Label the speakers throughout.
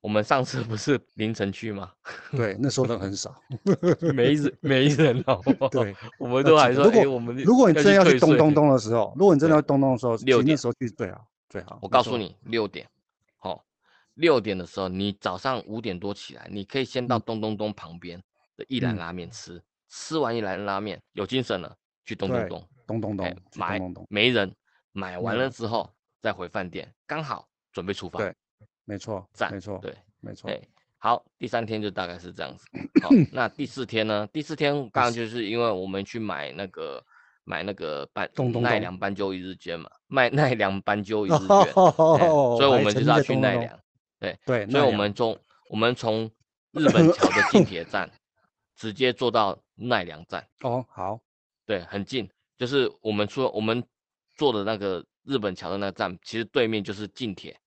Speaker 1: 我们上次不是凌晨去吗？
Speaker 2: 对，那时候人很少。
Speaker 1: 没人，没人，好不好？
Speaker 2: 对，
Speaker 1: 我们都还说，
Speaker 2: 如果
Speaker 1: 诶我们
Speaker 2: 如果你真的要去咚咚
Speaker 1: 退税，
Speaker 2: 咚的时候，如果你真的要咚咚的时候，其
Speaker 1: 六
Speaker 2: 实那
Speaker 1: 点
Speaker 2: 时候去最好最好。
Speaker 1: 我
Speaker 2: 啊那
Speaker 1: 告诉
Speaker 2: 时候，
Speaker 1: 你，六点，好、六点的时候，你早上五点多起来，你可以先到咚咚咚旁边的一兰
Speaker 2: 嗯
Speaker 1: 拉面吃，吃完一兰拉面有精神了，去咚咚
Speaker 2: 对
Speaker 1: 咚，
Speaker 2: 咚咚
Speaker 1: 哎
Speaker 2: 咚，去
Speaker 1: 买
Speaker 2: 咚咚咚，
Speaker 1: 没人，买完
Speaker 2: 没
Speaker 1: 了
Speaker 2: 人
Speaker 1: 之后再回饭店，刚好准备出发，
Speaker 2: 对没错，
Speaker 1: 赞
Speaker 2: 没错，
Speaker 1: 对，
Speaker 2: 没错。
Speaker 1: 哎，好，第三天就大概是这样 子。好，那第四天呢？第四天刚刚就是因为我们去买那个买那个斑
Speaker 2: 咚咚
Speaker 1: 奈
Speaker 2: 咚
Speaker 1: 良斑鸠一日券嘛，卖奈良斑鸠一日券， 哎
Speaker 2: 哦
Speaker 1: 所以我
Speaker 2: 还
Speaker 1: 们
Speaker 2: 沉
Speaker 1: 就是
Speaker 2: 迷
Speaker 1: 要
Speaker 2: 在
Speaker 1: 去
Speaker 2: 咚咚
Speaker 1: 奈
Speaker 2: 咚
Speaker 1: 良。对，
Speaker 2: 对，
Speaker 1: 所以
Speaker 2: 奈
Speaker 1: 我
Speaker 2: 良
Speaker 1: 们从我们从日本桥的近铁站直接坐到奈良站，
Speaker 2: 哦好，
Speaker 1: 对，很近。就是我们出我们坐的那个日本桥的那个站，其实对面就是近铁。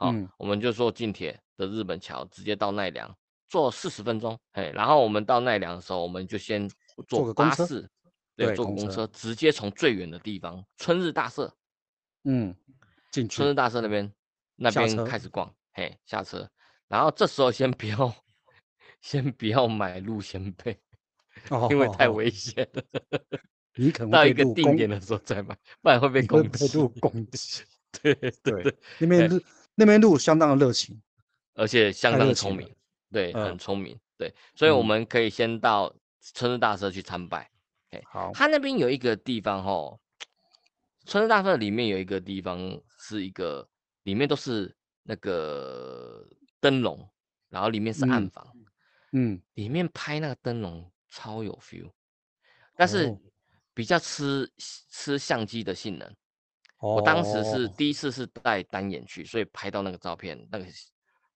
Speaker 1: 好、
Speaker 2: 嗯
Speaker 1: 我们就坐近铁的日本桥，直接到奈良，坐四十分钟。哎，然后我们到奈良的时候，我们就先
Speaker 2: 坐
Speaker 1: 坐
Speaker 2: 个公
Speaker 1: 巴
Speaker 2: 车
Speaker 1: 士，对，
Speaker 2: 对
Speaker 1: 坐个
Speaker 2: 公
Speaker 1: 公
Speaker 2: 车
Speaker 1: 车，直接从最远的地方春日大社，
Speaker 2: 嗯，进去嗯
Speaker 1: 春日大社那边那
Speaker 2: 下
Speaker 1: 边
Speaker 2: 车
Speaker 1: 开始逛，嘿，下车，然后这时候先不要， 先不要买路先背，
Speaker 2: 哦，
Speaker 1: 因为太
Speaker 2: 哦，
Speaker 1: 危险了。
Speaker 2: 你可能
Speaker 1: 到
Speaker 2: 会
Speaker 1: 一
Speaker 2: 被
Speaker 1: 个
Speaker 2: 路
Speaker 1: 定
Speaker 2: 攻
Speaker 1: 点的时候再买，不然会被
Speaker 2: 你会
Speaker 1: 攻
Speaker 2: 被
Speaker 1: 击。
Speaker 2: 路攻击。
Speaker 1: 对对
Speaker 2: 对
Speaker 1: 对，
Speaker 2: 那
Speaker 1: 哎
Speaker 2: 边路那边路相当的热情，
Speaker 1: 而且相
Speaker 2: 太
Speaker 1: 当
Speaker 2: 热
Speaker 1: 聪
Speaker 2: 情
Speaker 1: 明
Speaker 2: 了，
Speaker 1: 对，
Speaker 2: 嗯
Speaker 1: 很聪明，对，所以我
Speaker 2: 嗯
Speaker 1: 们可以先到春日大社去参拜。
Speaker 2: 好，
Speaker 1: 它那边有一个地方哦，春日大社里面有一个地方是一个里面都是那个灯笼，然后里面是暗
Speaker 2: 嗯
Speaker 1: 房，
Speaker 2: 嗯，
Speaker 1: 里面拍那个灯笼超有 feel，但是
Speaker 2: 哦
Speaker 1: 比较吃吃相机的性能。 我
Speaker 2: 我
Speaker 1: 当时
Speaker 2: 哦
Speaker 1: 是第一次是带单眼去，所以拍到那个照片，那个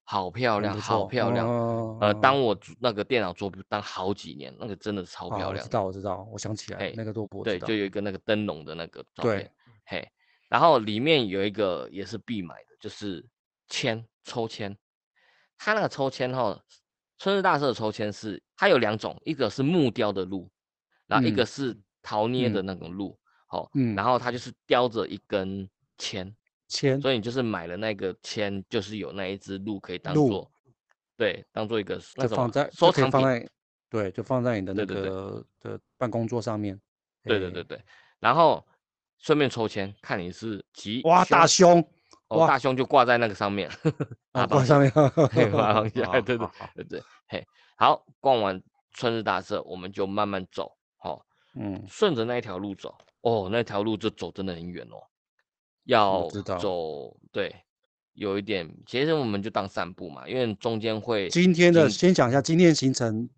Speaker 1: 好漂
Speaker 2: 嗯
Speaker 1: 亮，好漂亮。
Speaker 2: 哦
Speaker 1: 呃，当我主那个电脑桌当好几年，那个真的超
Speaker 2: 我
Speaker 1: 漂
Speaker 2: 哦我
Speaker 1: 亮
Speaker 2: 知
Speaker 1: 的。
Speaker 2: 道我知道，我想起来
Speaker 1: 嘿
Speaker 2: 那个落魄，
Speaker 1: 对，就
Speaker 2: 对
Speaker 1: 有一个那个灯笼的那个照片
Speaker 2: 对，，
Speaker 1: 嘿，然后里面有一个也是必买的，就是签抽签。它那个抽签哈，春日大社的抽签是它有两种，一个是木雕的鹿，然后一个
Speaker 2: 嗯
Speaker 1: 是陶捏
Speaker 2: 嗯
Speaker 1: 的那种鹿，好、
Speaker 2: 嗯
Speaker 1: 然后它就是叼着一根签，
Speaker 2: 签
Speaker 1: 所以你就是买了那个签，就是有那一只鹿可以当
Speaker 2: 鹿
Speaker 1: 做，对，当做一个那
Speaker 2: 就
Speaker 1: 什么
Speaker 2: 放在
Speaker 1: 收
Speaker 2: 就可以
Speaker 1: 藏
Speaker 2: 放
Speaker 1: 品，
Speaker 2: 在对，就放在你的
Speaker 1: 对
Speaker 2: 那
Speaker 1: 对对
Speaker 2: 个的办公桌上面，
Speaker 1: 对对
Speaker 2: 哎
Speaker 1: 对，对，然后顺便抽签，看你是吉
Speaker 2: 哇大胸
Speaker 1: 哦
Speaker 2: 哇
Speaker 1: 大胸就挂在那个上面，
Speaker 2: 啊
Speaker 1: 大
Speaker 2: 挂
Speaker 1: 螃
Speaker 2: 上
Speaker 1: 蟹，
Speaker 2: 面，
Speaker 1: 嘿大螃蟹，
Speaker 2: 好
Speaker 1: 哎对对
Speaker 2: 好好
Speaker 1: 对对，嘿，好，逛完春日大社，我们就慢慢走，好、
Speaker 2: 嗯，
Speaker 1: 顺着那一条路走，哦，那条路就走真的很远哦，要
Speaker 2: 知道
Speaker 1: 走对，有一点，其实我们就当散步嘛，因为中间会
Speaker 2: 今天的
Speaker 1: 经
Speaker 2: 先讲一下今天的行程，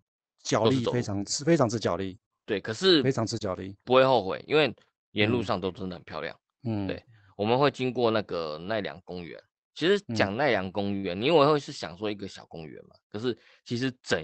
Speaker 2: 脚
Speaker 1: 都是
Speaker 2: 力
Speaker 1: 走
Speaker 2: 非
Speaker 1: 路
Speaker 2: 常吃非常吃脚力，
Speaker 1: 对，可是
Speaker 2: 非常吃脚力，
Speaker 1: 不会后悔，因为沿路
Speaker 2: 嗯
Speaker 1: 上都真的很漂亮。
Speaker 2: 嗯，
Speaker 1: 对我们会经过那个奈良公园。其实
Speaker 2: 嗯
Speaker 1: 讲奈良公园，你因为会是想说一个小公园嘛，可是其实整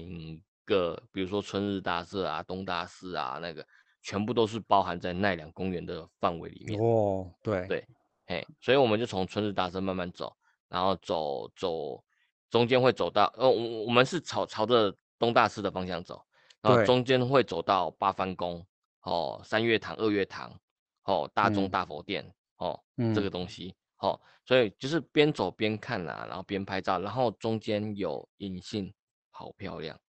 Speaker 1: 个，比如说春日大社啊、东大寺啊，那个全部都是包含在奈良公园的范围里面。
Speaker 2: 哦对
Speaker 1: 对哎，所以我们就从春日大社慢慢走，然后走走，中间会走到，呃，我我们是朝朝着东大寺的方向走，然后
Speaker 2: 对
Speaker 1: 中间会走到八幡宫，哦，三月堂、二月堂，哦，大钟
Speaker 2: 嗯
Speaker 1: 大佛殿，哦，
Speaker 2: 嗯
Speaker 1: 这个东西，哦，所以就是边走边看啦、然后边拍照，然后中间有银杏，好漂亮，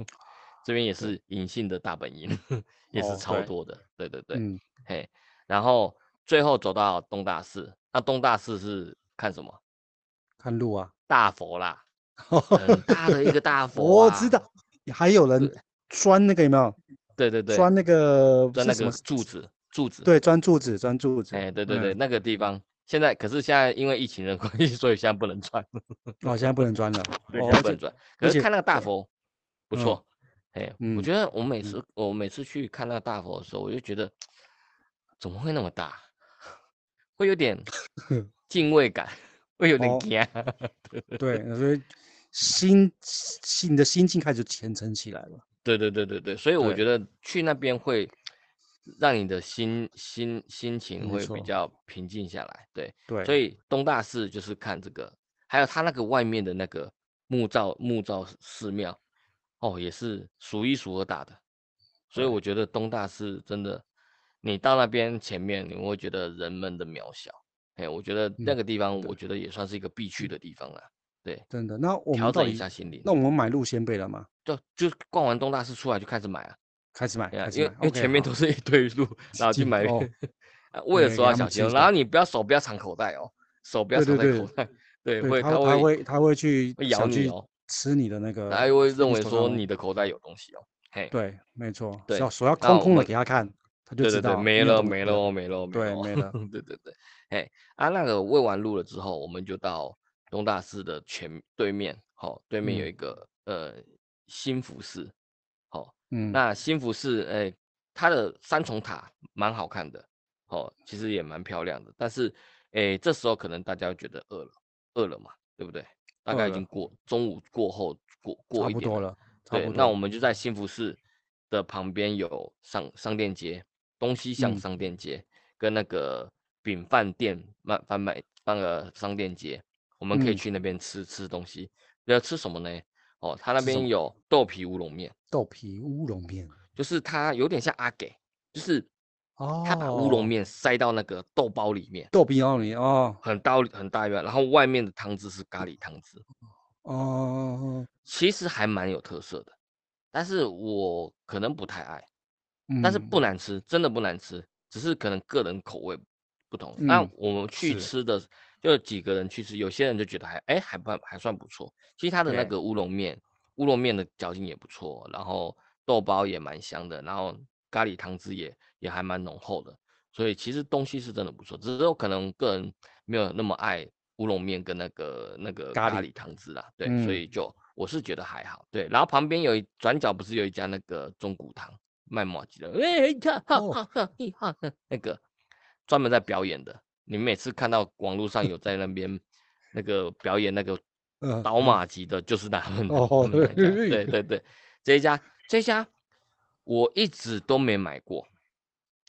Speaker 1: 这边也是银杏的大本营， 也是
Speaker 2: 哦
Speaker 1: 超
Speaker 2: 对
Speaker 1: 多的，对对对，
Speaker 2: 嗯
Speaker 1: 嘿，然后最后走到东大寺，那东大寺是看什么？
Speaker 2: 看路啊，
Speaker 1: 大佛啦， 很大的一个啊大佛、
Speaker 2: 我知道，还有人钻那个有没有？
Speaker 1: 对对对，
Speaker 2: 钻那个
Speaker 1: 钻
Speaker 2: 是
Speaker 1: 那
Speaker 2: 什
Speaker 1: 个
Speaker 2: 么？
Speaker 1: 柱子，柱子，，
Speaker 2: 对，钻柱子，钻柱子。
Speaker 1: 哎，对对
Speaker 2: 嗯
Speaker 1: 对，，那个地方现在可是现在因为疫情的 关系，所以现在不能转，
Speaker 2: 哦，现在不能钻了。
Speaker 1: 对，
Speaker 2: 哦
Speaker 1: 现在不
Speaker 2: 而
Speaker 1: 能
Speaker 2: 且
Speaker 1: 转。可
Speaker 2: 而
Speaker 1: 是
Speaker 2: 且
Speaker 1: 看那个大佛不
Speaker 2: 嗯
Speaker 1: 错，哎，我
Speaker 2: 嗯
Speaker 1: 觉得我每
Speaker 2: 嗯
Speaker 1: 次我每次去看那个大佛的时候，我就觉得怎么会那么大， 会有 点敬畏感， 会有点
Speaker 2: 哦
Speaker 1: 惊。
Speaker 2: 对，所以心心你的心境开始虔诚起来了。
Speaker 1: 对对对对对，所以我
Speaker 2: 对
Speaker 1: 觉得去那边会让你的心心心情
Speaker 2: 没
Speaker 1: 会比
Speaker 2: 错
Speaker 1: 较平静下来。对，
Speaker 2: 对，
Speaker 1: 所以东大寺就是看这个，还有它那个外面的那个木造木造寺庙，哦，也是数一数二大的。所以
Speaker 2: 对
Speaker 1: 我觉得东大寺真的，你到那边前面你会觉得人们的渺小。哎，我觉得那
Speaker 2: 嗯
Speaker 1: 个地方，
Speaker 2: 对
Speaker 1: 我觉得也算是一个必去的地方了。对，
Speaker 2: 真的。那我
Speaker 1: 调
Speaker 2: 们到
Speaker 1: 整一
Speaker 2: 底
Speaker 1: 下心理。
Speaker 2: 那我们买路先贝了吗？
Speaker 1: 就就逛完东大寺出来就开始买了，
Speaker 2: 开始买，
Speaker 1: 对啊
Speaker 2: 开始
Speaker 1: 因为
Speaker 2: 买
Speaker 1: 因为
Speaker 2: OK，
Speaker 1: 前面
Speaker 2: 好
Speaker 1: 都是一堆路，然后去
Speaker 2: 进
Speaker 1: 买
Speaker 2: 哦
Speaker 1: 啊 为了
Speaker 2: 对
Speaker 1: 说
Speaker 2: 给
Speaker 1: 要
Speaker 2: 他
Speaker 1: 小心
Speaker 2: 们清
Speaker 1: 哦，
Speaker 2: 楚
Speaker 1: 然后你不要手不要藏口袋哦，手不要
Speaker 2: 对
Speaker 1: 藏
Speaker 2: 对
Speaker 1: 在
Speaker 2: 对
Speaker 1: 口袋，对，
Speaker 2: 对
Speaker 1: 会
Speaker 2: 他
Speaker 1: 它
Speaker 2: 他
Speaker 1: 会
Speaker 2: 会他会去
Speaker 1: 会
Speaker 2: 小
Speaker 1: 咬你
Speaker 2: 去
Speaker 1: 哦，
Speaker 2: 吃你的那个，
Speaker 1: 然后又会
Speaker 2: 吃你
Speaker 1: 认为
Speaker 2: 手
Speaker 1: 说
Speaker 2: 上的
Speaker 1: 你的口袋有东西哦，嘿，
Speaker 2: 对，没错，
Speaker 1: 对
Speaker 2: 手手要
Speaker 1: 那
Speaker 2: 空
Speaker 1: 我
Speaker 2: 空的
Speaker 1: 们
Speaker 2: 给他看，他就
Speaker 1: 对
Speaker 2: 知
Speaker 1: 对
Speaker 2: 道
Speaker 1: 对，
Speaker 2: 你
Speaker 1: 没
Speaker 2: 有
Speaker 1: 了
Speaker 2: 东
Speaker 1: 没
Speaker 2: 西
Speaker 1: 了哦，没了哦没
Speaker 2: 对，
Speaker 1: 了哦，
Speaker 2: 没了，
Speaker 1: 对对对，哎啊，那个喂完路了之后，我们就到东大寺的前对面，好、对面有
Speaker 2: 嗯
Speaker 1: 一个呃新福寺，好、
Speaker 2: 嗯，
Speaker 1: 那新福寺哎，它的三重塔蛮好看的，哦，其实也蛮漂亮的，但是哎，这时候可能大家会觉得饿了，饿了嘛，对不对？大概
Speaker 2: 饿
Speaker 1: 已经
Speaker 2: 了，
Speaker 1: 过中午过后过过
Speaker 2: 差
Speaker 1: 一
Speaker 2: 不
Speaker 1: 点
Speaker 2: 多
Speaker 1: 了。
Speaker 2: 了，嗯差
Speaker 1: 对，
Speaker 2: 不
Speaker 1: 那我
Speaker 2: 多，
Speaker 1: 们就在幸福寺的旁边有商商店街，东西向
Speaker 2: 嗯
Speaker 1: 商店街跟那个饼饭店卖贩卖那个商店街，我们可以
Speaker 2: 嗯，
Speaker 1: 去那边吃吃东西。要吃什么呢？哦，他那
Speaker 2: 吃什
Speaker 1: 边
Speaker 2: 么？
Speaker 1: 有豆皮乌龙面，
Speaker 2: 豆皮乌龙面，
Speaker 1: 就是它有点像阿给，就是他把乌龙
Speaker 2: 哦，
Speaker 1: 面塞到那个豆包里面，
Speaker 2: 豆皮乌龙面，哦
Speaker 1: 很大很大一碗，然后外面的汤汁是咖喱汤汁，哦，
Speaker 2: 哦，
Speaker 1: 其实还蛮有特色的，但是我可能不太爱。但是不
Speaker 2: 嗯
Speaker 1: 难吃，真的不难吃，只是可能个人口味不同。那
Speaker 2: 嗯，
Speaker 1: 我们去
Speaker 2: 是，
Speaker 1: 吃的，就几个人去吃，有些人就觉得还哎还不还算不错。其实它的那
Speaker 2: 对，
Speaker 1: 个乌龙面，乌龙面的嚼劲也不错，然后豆包也蛮香的，然后咖喱汤汁也也还蛮浓厚的。所以其实东西是真的不错，只是我可能个人没有那么爱乌龙面跟那个那个
Speaker 2: 咖
Speaker 1: 咖
Speaker 2: 喱，
Speaker 1: 喱汤汁啦，对，所
Speaker 2: 嗯，
Speaker 1: 以就我是觉得还好，对。然后旁边有一转角不是有一家那个中骨堂卖麻吉的，哎哈哈
Speaker 2: 哦，
Speaker 1: 哈哈嘿哈哈，那个专门在表演的，你每次看到网络上有在那边那个表演那个
Speaker 2: 呃
Speaker 1: 倒
Speaker 2: 呃，
Speaker 1: 马吉的，就是他们的，他
Speaker 2: 哦，
Speaker 1: 们
Speaker 2: 对
Speaker 1: 那一家，
Speaker 2: 对
Speaker 1: 对对对，这一家这一家我一直都没买过。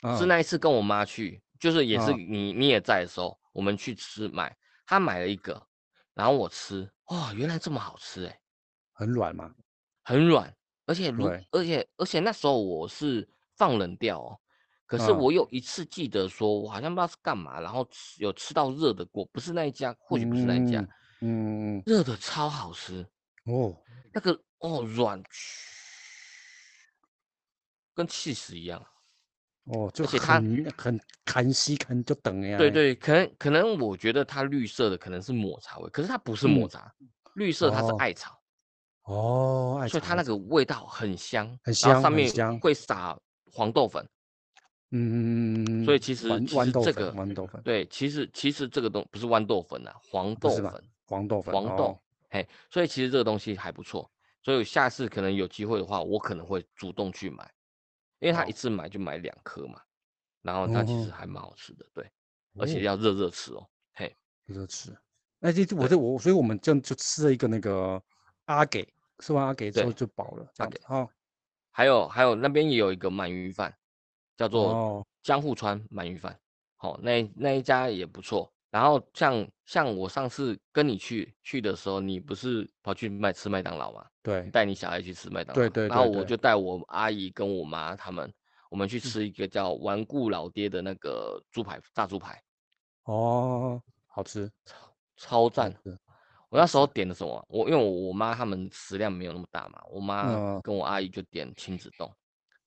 Speaker 1: 是
Speaker 2: 啊
Speaker 1: 那一次跟我妈去，就是也是
Speaker 2: 啊，
Speaker 1: 你你也在的时候，我们去吃买，她买了一个，然后我吃，哇、原来这么好吃哎、
Speaker 2: 很软嘛，
Speaker 1: 很软，而且如
Speaker 2: 对，
Speaker 1: 而且而且那时候我是放冷掉哦，可是
Speaker 2: 啊，
Speaker 1: 我有一次记得说，我好像不知道是干嘛，然后吃有吃到热的过，不是那一家，或许不是那一家，
Speaker 2: 嗯嗯，
Speaker 1: 热的超好吃，
Speaker 2: 哦，
Speaker 1: 那个哦软，跟气死一样，
Speaker 2: 哦，就
Speaker 1: 而且它
Speaker 2: 很很看戏看就等呀，
Speaker 1: 对对，可能可能我觉得它绿色的可能是抹茶味，可是它不是抹
Speaker 2: 嗯，
Speaker 1: 茶，绿色它是
Speaker 2: 哦
Speaker 1: 艾草，
Speaker 2: 哦，艾
Speaker 1: 所以
Speaker 2: 草
Speaker 1: 它
Speaker 2: 艾
Speaker 1: 那
Speaker 2: 草，
Speaker 1: 个味道很香，然后
Speaker 2: 很香
Speaker 1: 上
Speaker 2: 很
Speaker 1: 面
Speaker 2: 香，
Speaker 1: 会撒黄豆粉，所以
Speaker 2: 嗯，
Speaker 1: 其实
Speaker 2: 豌
Speaker 1: 其
Speaker 2: 豌
Speaker 1: 实
Speaker 2: 豆
Speaker 1: 这
Speaker 2: 粉，
Speaker 1: 个
Speaker 2: 豌豆粉
Speaker 1: 对，其实其实这个东不是豌豆粉啊，黄
Speaker 2: 不
Speaker 1: 豆
Speaker 2: 是吧？
Speaker 1: 粉，
Speaker 2: 黄豆粉
Speaker 1: 黄
Speaker 2: 哦，
Speaker 1: 豆，嘿，所以其实这个东西还不错，所以下次可能有机会的话，我可能会主动去买，因为它一
Speaker 2: 好，
Speaker 1: 次买就买两颗嘛，然后它其实
Speaker 2: 哦
Speaker 1: 还蛮好吃的，对，而且
Speaker 2: 哦，
Speaker 1: 要热热吃哦，嘿，
Speaker 2: 热吃，那这我
Speaker 1: 对
Speaker 2: 这我，所以我们这样就吃了一个那个阿给，吃完阿给之后
Speaker 1: 对，
Speaker 2: 就饱了，这
Speaker 1: 阿
Speaker 2: 样
Speaker 1: 给。
Speaker 2: 子哦，
Speaker 1: 还有还有那边也有一个鳗鱼饭，叫做
Speaker 2: 哦，
Speaker 1: 江户川鳗鱼饭，好、那一那一家也不错。然后像像我上次跟你去去的时候，你不是跑去麦吃麦当劳吗？你
Speaker 2: 对
Speaker 1: 带你小孩去吃麦当劳，
Speaker 2: 对对
Speaker 1: 然后
Speaker 2: 对
Speaker 1: 我
Speaker 2: 对，
Speaker 1: 就带我阿姨跟我妈他们，我们去
Speaker 2: 嗯，
Speaker 1: 吃一个叫顽固老爹的那个猪排炸猪排，
Speaker 2: 哦，好吃，
Speaker 1: 超
Speaker 2: 好
Speaker 1: 赞！
Speaker 2: 吃，
Speaker 1: 我
Speaker 2: 好
Speaker 1: 那时候
Speaker 2: 吃，
Speaker 1: 点的什么？我因为我妈他们食量没有那么大嘛，我妈
Speaker 2: 嗯，
Speaker 1: 跟我阿姨就点亲子冻。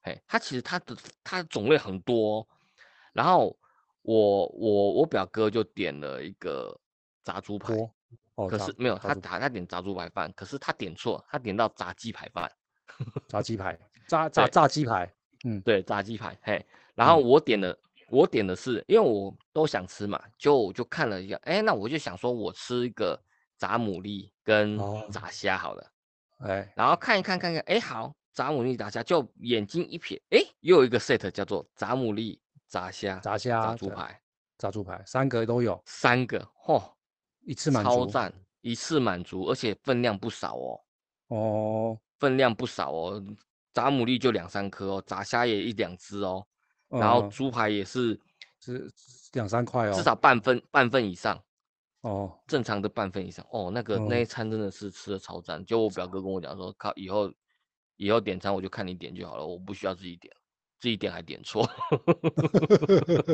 Speaker 1: 嘿，它其实它的它的种类很多哦、然后我我我表哥就点了一个炸猪排，
Speaker 2: 锅，哦，
Speaker 1: 可
Speaker 2: 炸
Speaker 1: 是没有
Speaker 2: 炸
Speaker 1: 他
Speaker 2: 猪
Speaker 1: 他他点炸猪排饭，可是他点错，他点到炸鸡排饭。
Speaker 2: 炸鸡排，炸炸
Speaker 1: 对
Speaker 2: 炸鸡排，嗯
Speaker 1: 对，炸鸡排，嘿，然后
Speaker 2: 嗯，
Speaker 1: 我点的我点的是，因为我都想吃嘛，就我就看了一下，哎，那我就想说我吃一个炸牡蛎跟
Speaker 2: 哦，
Speaker 1: 炸虾好了。
Speaker 2: 哎，
Speaker 1: 然后看一看看看，哎，好，炸牡蛎炸虾，就眼睛一瞥，哎，又有一个 set 叫做炸牡蛎、炸虾、
Speaker 2: 炸
Speaker 1: 炸
Speaker 2: 虾，
Speaker 1: 猪
Speaker 2: 对，
Speaker 1: 排，
Speaker 2: 炸猪排，三个都有，
Speaker 1: 三个，嚯，
Speaker 2: 一次满
Speaker 1: 超
Speaker 2: 足，
Speaker 1: 赞，一次满足，而且分量不少哦，
Speaker 2: 哦，
Speaker 1: 分量不少哦，炸牡蛎就两三颗哦，炸虾也一两只哦，然后
Speaker 2: 嗯，
Speaker 1: 猪排也是
Speaker 2: 是两三块
Speaker 1: 至
Speaker 2: 哦，
Speaker 1: 少半分半份以上，
Speaker 2: 哦，
Speaker 1: 正常的半份以上。哦，那个那
Speaker 2: 嗯，
Speaker 1: 一餐真的是吃的超赞。就我表哥跟我讲说，靠，以后以后点餐我就看你点就好了，我不需要自己点。自己点还点错，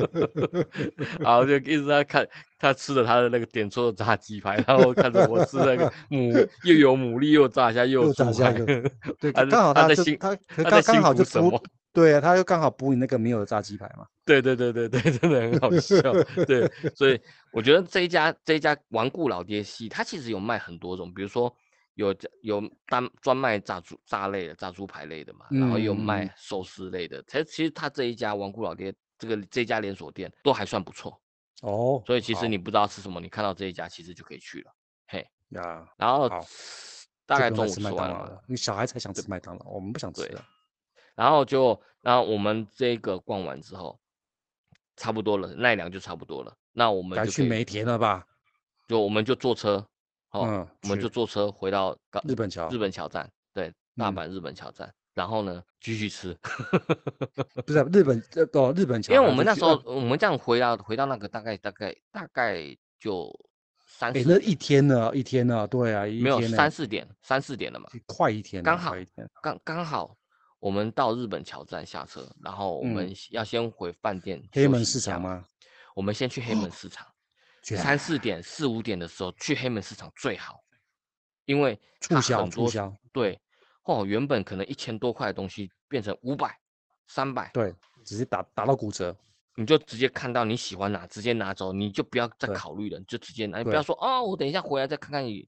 Speaker 1: 然后就一直在看他吃着他的那个点错的炸鸡排，然后看着我吃那 个牡又有牡蛎又有炸虾又有
Speaker 2: 又炸
Speaker 1: 猪
Speaker 2: 虾
Speaker 1: 排
Speaker 2: 又 对，
Speaker 1: 他
Speaker 2: 刚好
Speaker 1: 他在
Speaker 2: 就
Speaker 1: 辛
Speaker 2: 他可
Speaker 1: 他在
Speaker 2: 刚刚
Speaker 1: 辛
Speaker 2: 好
Speaker 1: 苦
Speaker 2: 就
Speaker 1: 什
Speaker 2: 补
Speaker 1: 么，
Speaker 2: 对啊，他就刚好补你那个没有的炸鸡排嘛。
Speaker 1: 对对对对对， 真的很好笑。对，所以我觉得这一家这一家顽固老爹系，它其实有卖很多种，比如说有家有单专卖炸猪炸类的、炸猪排类的嘛，然后也有
Speaker 2: 嗯嗯
Speaker 1: 卖
Speaker 2: 嗯
Speaker 1: 寿司类的。它其实它这一家顽固老爹这个这家连锁店都还算不错，
Speaker 2: 哦，
Speaker 1: 所以其实
Speaker 2: 好
Speaker 1: 你不知道吃什么，你看到这一家其实就可以去了。嘿，
Speaker 2: 呀，
Speaker 1: 然后
Speaker 2: 好
Speaker 1: 吃大
Speaker 2: 就
Speaker 1: 概
Speaker 2: 不
Speaker 1: 中
Speaker 2: 用
Speaker 1: 午
Speaker 2: 再吃
Speaker 1: 吃
Speaker 2: 麦
Speaker 1: 完
Speaker 2: 当
Speaker 1: 了
Speaker 2: 劳
Speaker 1: 嘛，
Speaker 2: 了，你小孩才想吃麦当劳，我们不想吃
Speaker 1: 对
Speaker 2: 了。
Speaker 1: 然后就，然后我们这个逛完之后，差不多了，奈良就差不多了。那我们
Speaker 2: 该
Speaker 1: 就可
Speaker 2: 去
Speaker 1: 以
Speaker 2: 梅田了吧？
Speaker 1: 就我们就坐车，哦，
Speaker 2: 嗯
Speaker 1: 我们就
Speaker 2: 去
Speaker 1: 坐车回到高
Speaker 2: 日本桥
Speaker 1: 日本桥站，对，大
Speaker 2: 嗯
Speaker 1: 阪日本桥站。然后呢，继续 吃，
Speaker 2: 不是日本呃哦，日本桥
Speaker 1: 因
Speaker 2: 还
Speaker 1: 为我
Speaker 2: 要再去，
Speaker 1: 们那时候
Speaker 2: 呃
Speaker 1: 我们这样回到回到那个大概大概大概就三
Speaker 2: 哎，
Speaker 1: 四
Speaker 2: 那
Speaker 1: 点
Speaker 2: 一天呢，一天呢，对啊，一
Speaker 1: 没有
Speaker 2: 天呢
Speaker 1: 三四点三四点了嘛，
Speaker 2: 快一天了，
Speaker 1: 刚
Speaker 2: 快
Speaker 1: 好
Speaker 2: 一天，
Speaker 1: 刚刚好我们到日本桥站下车，然后我
Speaker 2: 嗯
Speaker 1: 们要先回饭店
Speaker 2: 黑
Speaker 1: 休
Speaker 2: 门
Speaker 1: 息一
Speaker 2: 市
Speaker 1: 下
Speaker 2: 场
Speaker 1: 嘛
Speaker 2: 吗？哦啊
Speaker 1: 我们先去黑门市场，
Speaker 2: 去
Speaker 1: 三四点、四五点的时候去黑门市场最好，因为
Speaker 2: 促
Speaker 1: 它
Speaker 2: 销
Speaker 1: 很
Speaker 2: 促
Speaker 1: 多
Speaker 2: 销
Speaker 1: 对哦，原本可能一千多块的东西变成五百、三百，
Speaker 2: 对，直接打打到骨折，
Speaker 1: 你就直接看到你喜欢拿，直接拿走，你就不要再
Speaker 2: 对
Speaker 1: 考虑了，你就直接拿，你不
Speaker 2: 对
Speaker 1: 要说哦，我等一下回来再看看你，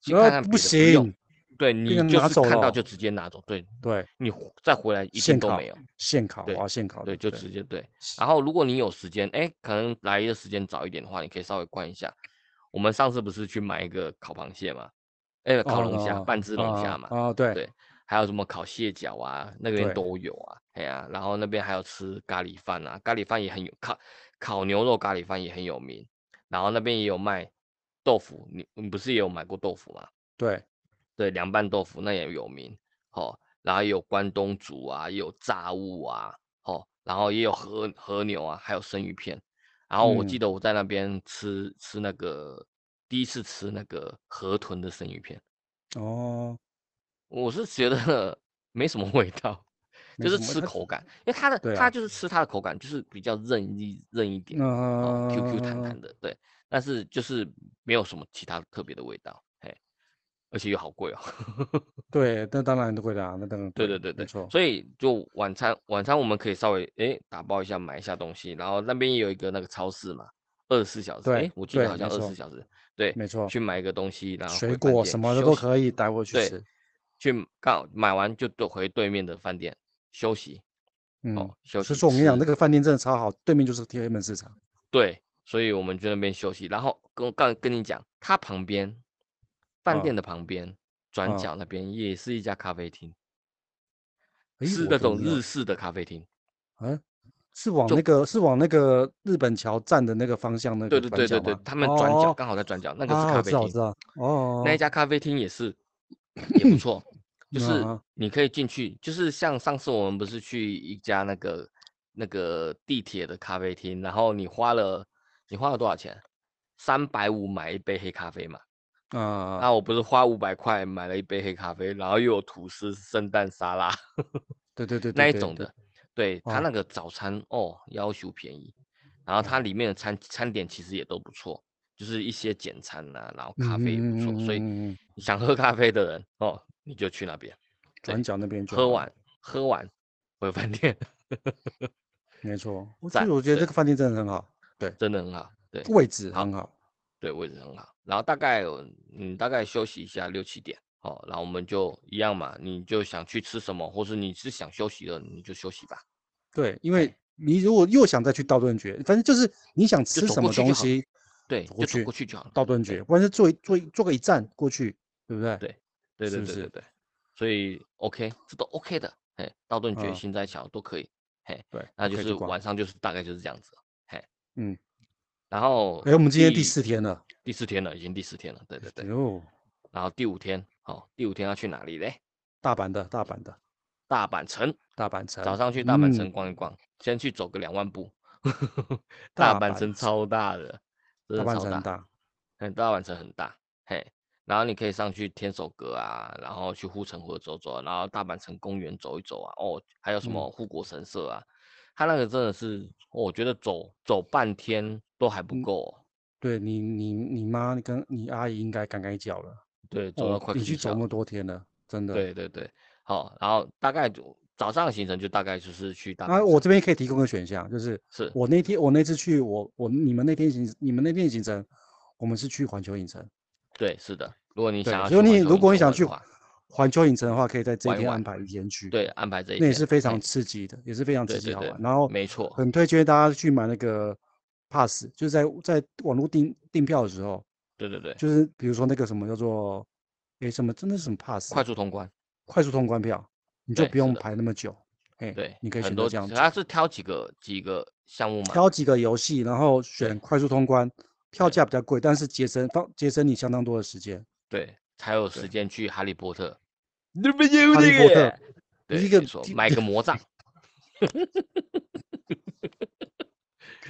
Speaker 1: 去
Speaker 2: 呃
Speaker 1: 看看别
Speaker 2: 不
Speaker 1: 的用
Speaker 2: 行，
Speaker 1: 对
Speaker 2: 被
Speaker 1: 你
Speaker 2: 人
Speaker 1: 就
Speaker 2: 拿
Speaker 1: 是
Speaker 2: 走
Speaker 1: 看到
Speaker 2: 了
Speaker 1: 就直接拿走，对
Speaker 2: 对，
Speaker 1: 你再回来一定
Speaker 2: 现
Speaker 1: 都
Speaker 2: 烤
Speaker 1: 没有。
Speaker 2: 现烤，
Speaker 1: 对
Speaker 2: 我要现烤的，哦
Speaker 1: 对，就直接对。然后如果你有时间，哎，可能来的时间早一点的话，你可以稍微逛一下。我们上次不是去买一个烤螃蟹嘛？哎，烤龙虾，
Speaker 2: 哦
Speaker 1: 半只龙虾
Speaker 2: 哦
Speaker 1: 嘛，
Speaker 2: 哦，对
Speaker 1: 对还有什么烤蟹脚啊，那边
Speaker 2: 对
Speaker 1: 都有啊。哎呀，然后那边还有吃咖喱饭啊，咖喱饭也很有烤烤牛肉咖喱饭也很有名。然后那边也有卖豆腐，你你不是也有买过豆腐吗？
Speaker 2: 对，
Speaker 1: 对，凉拌豆腐那也有名，哦，然后也有关东煮啊，也有炸物啊，哦，然后也有和和牛啊，还有生鱼片。然后我记
Speaker 2: 嗯
Speaker 1: 得我在那边吃吃那个第一次吃那个河豚的生鱼片，
Speaker 2: 哦，
Speaker 1: 我是觉得没什么味道，
Speaker 2: 没
Speaker 1: 就是
Speaker 2: 什么
Speaker 1: 吃
Speaker 2: 它
Speaker 1: 口感，因为它的
Speaker 2: 对
Speaker 1: 它
Speaker 2: 啊嗯
Speaker 1: 就是吃它的口感，就是比较韧一韧一点，哦
Speaker 2: 那
Speaker 1: ，Q Q 弹弹的，对，但是就是没有什么其他特别的味道，嘿，而且又好贵哦。
Speaker 2: 对，那当然会啊啦，那当然
Speaker 1: 对
Speaker 2: 会
Speaker 1: 对对
Speaker 2: 没
Speaker 1: 对，
Speaker 2: 错，
Speaker 1: 所以就晚餐晚餐我们可以稍微诶打包一下买一下东西，然后那边也有一个那个超市嘛，二十四小时，
Speaker 2: 对
Speaker 1: 诶，我记得
Speaker 2: 对，
Speaker 1: 好像
Speaker 2: 没
Speaker 1: 二十四
Speaker 2: 错
Speaker 1: 小时，对，
Speaker 2: 没错，
Speaker 1: 去买一个东西，然后
Speaker 2: 水
Speaker 1: 回饭
Speaker 2: 果
Speaker 1: 店
Speaker 2: 什么的
Speaker 1: 休
Speaker 2: 都
Speaker 1: 息，
Speaker 2: 可以带过去
Speaker 1: 对
Speaker 2: 吃，，
Speaker 1: 去刚买完就都回对面的饭店休息，
Speaker 2: 嗯
Speaker 1: 哦，，休息
Speaker 2: 所以说我跟你讲，那
Speaker 1: 吃，
Speaker 2: 个饭店真的超好，对面就是天安门市场，
Speaker 1: 对，所以我们去那边休息，然后跟我刚跟你讲，它旁边饭
Speaker 2: 啊
Speaker 1: 店的旁边转
Speaker 2: 啊
Speaker 1: 角那边也是一家咖啡厅，
Speaker 2: 诶，
Speaker 1: 是
Speaker 2: 我
Speaker 1: 那
Speaker 2: 怎么
Speaker 1: 种
Speaker 2: 没有？
Speaker 1: 日式的咖啡厅。
Speaker 2: 啊，是往
Speaker 1: 就
Speaker 2: 那个是往那个日本桥站的那个方向那
Speaker 1: 对
Speaker 2: 个
Speaker 1: 对
Speaker 2: 转
Speaker 1: 对对对，
Speaker 2: 角吗？
Speaker 1: 他们转角
Speaker 2: 哦
Speaker 1: 刚好在转角，那个是
Speaker 2: 啊，
Speaker 1: 咖
Speaker 2: 我
Speaker 1: 啡
Speaker 2: 知道我
Speaker 1: 厅，
Speaker 2: 知道，
Speaker 1: 那一
Speaker 2: 哦，
Speaker 1: 家咖啡厅也是也不错，就
Speaker 2: 嗯
Speaker 1: 是
Speaker 2: 啊，
Speaker 1: 你可以进去，就是像上次我们不是去一家那个那个地铁的咖啡厅，然后你花了你花了多少钱？三百五买一杯黑咖啡嘛，
Speaker 2: 啊啊，
Speaker 1: 那我不是花五百块买了一杯黑咖啡，然后又有吐司、圣诞沙拉
Speaker 2: 对对对对
Speaker 1: 那一
Speaker 2: 对
Speaker 1: 种
Speaker 2: 对，
Speaker 1: 的，对它
Speaker 2: 哦
Speaker 1: 那个早餐哦，要求便宜，然后它
Speaker 2: 哦，
Speaker 1: 里面的餐餐点其实也都不错，就是一些简餐呐、然后
Speaker 2: 嗯
Speaker 1: 咖啡也不错，所以
Speaker 2: 嗯嗯嗯嗯，
Speaker 1: 你想喝咖啡的人哦，你就去那边，对，
Speaker 2: 转角那边就
Speaker 1: 喝
Speaker 2: 好了，
Speaker 1: 完喝完回饭店，
Speaker 2: 没错，我其
Speaker 1: 赞，
Speaker 2: 实我觉得这
Speaker 1: 对，
Speaker 2: 个饭店真的很好，对，
Speaker 1: 真的很好，对，
Speaker 2: 位置
Speaker 1: 好，
Speaker 2: 很好，
Speaker 1: 对，位置很好，然后大概有嗯大概休息一下六七点。哦，然后我们就一样嘛，你就想去吃什么，或是你是想休息了，你就休息吧，
Speaker 2: 对，因为
Speaker 1: 哎，
Speaker 2: 你如果又想再去道顿崛，反正就是你想
Speaker 1: 就
Speaker 2: 吃
Speaker 1: 走
Speaker 2: 什
Speaker 1: 过
Speaker 2: 么
Speaker 1: 去就
Speaker 2: 东
Speaker 1: 好了，
Speaker 2: 西，
Speaker 1: 对，
Speaker 2: 走过
Speaker 1: 就走
Speaker 2: 去
Speaker 1: 过去就好了，
Speaker 2: 道顿
Speaker 1: 对。
Speaker 2: 崛，不然就坐一坐一坐个一站过去，对不对？
Speaker 1: 对，对
Speaker 2: 是
Speaker 1: 对
Speaker 2: 不
Speaker 1: 对对
Speaker 2: 是？
Speaker 1: 对，所以 OK，这都 OK 的，嘿，道顿崛、
Speaker 2: 嗯，
Speaker 1: 新斋桥都可以，嘿，
Speaker 2: 对，
Speaker 1: 那
Speaker 2: 都
Speaker 1: 就
Speaker 2: 可以
Speaker 1: 是
Speaker 2: 去逛，
Speaker 1: 晚上就是大概就是这样子，嘿，
Speaker 2: 嗯，
Speaker 1: 然后
Speaker 2: 哎，我们今天第
Speaker 1: 第
Speaker 2: 四天了，哎
Speaker 1: 第四天了，已经第四天了，对 对对，
Speaker 2: 哟。
Speaker 1: 然后第五天，哦，第五天要去哪里嘞？
Speaker 2: 大阪的，大阪的，
Speaker 1: 大阪城，
Speaker 2: 大阪
Speaker 1: 早
Speaker 2: 城，
Speaker 1: 上去大阪
Speaker 2: 嗯，
Speaker 1: 城逛一逛，先去走个两万步，大
Speaker 2: 大
Speaker 1: 阪城
Speaker 2: 阪 城，
Speaker 1: 超大的，真
Speaker 2: 大
Speaker 1: 的
Speaker 2: 阪
Speaker 1: 超
Speaker 2: 城很
Speaker 1: 大，
Speaker 2: 大，
Speaker 1: 嗯，大阪城很大，嘿，然后你可以上去天守阁啊，然后去护城河走走，啊然后大阪城公园走一走啊，哦，还有什
Speaker 2: 嗯
Speaker 1: 么护国神社啊，它那个真的是，我觉得走走半天都还
Speaker 2: 嗯
Speaker 1: 不够哦、
Speaker 2: 对你你你妈跟你阿姨应该赶赶脚了，
Speaker 1: 对，走到
Speaker 2: 哦
Speaker 1: 快
Speaker 2: 你
Speaker 1: 哭
Speaker 2: 去
Speaker 1: 笑
Speaker 2: 走那。么多天了，真的。
Speaker 1: 对对对，好，然后大概就早上的行程就大概就是去大阪城。
Speaker 2: 啊，我这边可以提供个选项，就是
Speaker 1: 是
Speaker 2: 我那天我那次去，我我你们那天行你们那天行程，我们是去环球影城。
Speaker 1: 对是的，如果你
Speaker 2: 对
Speaker 1: 想要，去
Speaker 2: 所以
Speaker 1: 环球
Speaker 2: 你
Speaker 1: 影城玩的话，
Speaker 2: 如果你想去环球影城的话，可以在这一
Speaker 1: 玩一
Speaker 2: 天
Speaker 1: 玩
Speaker 2: 安排一天去。
Speaker 1: 对，安排这一
Speaker 2: 那也
Speaker 1: 天
Speaker 2: 是非
Speaker 1: 嘿
Speaker 2: 常刺激的，也是非常
Speaker 1: 对
Speaker 2: 刺激
Speaker 1: 对
Speaker 2: 好
Speaker 1: 对
Speaker 2: 玩。然后
Speaker 1: 没错，
Speaker 2: 很推荐大家去买那个 pass，就是在在网络订订票的时候，
Speaker 1: 对对对，
Speaker 2: 就是比如说那个什么叫做诶什么，真的是什么 pass，
Speaker 1: 快速通关，
Speaker 2: 快速通关票，你就
Speaker 1: 对
Speaker 2: 不
Speaker 1: 是
Speaker 2: 用
Speaker 1: 的
Speaker 2: 排那么久。哎，
Speaker 1: 对，
Speaker 2: 你可以
Speaker 1: 很
Speaker 2: 选择
Speaker 1: 多
Speaker 2: 这样子，
Speaker 1: 它是挑几个几个项目嘛，
Speaker 2: 挑几个游戏，然后选快速通关，票
Speaker 1: 对
Speaker 2: 价比较贵，但是节省方节省你相当多的时间。
Speaker 1: 对，才有时
Speaker 2: 对
Speaker 1: 间去哈利波特。
Speaker 2: 哈
Speaker 1: 哈
Speaker 2: 利波特，
Speaker 1: 对，
Speaker 2: 一个
Speaker 1: 没错
Speaker 2: 地
Speaker 1: 买个魔杖，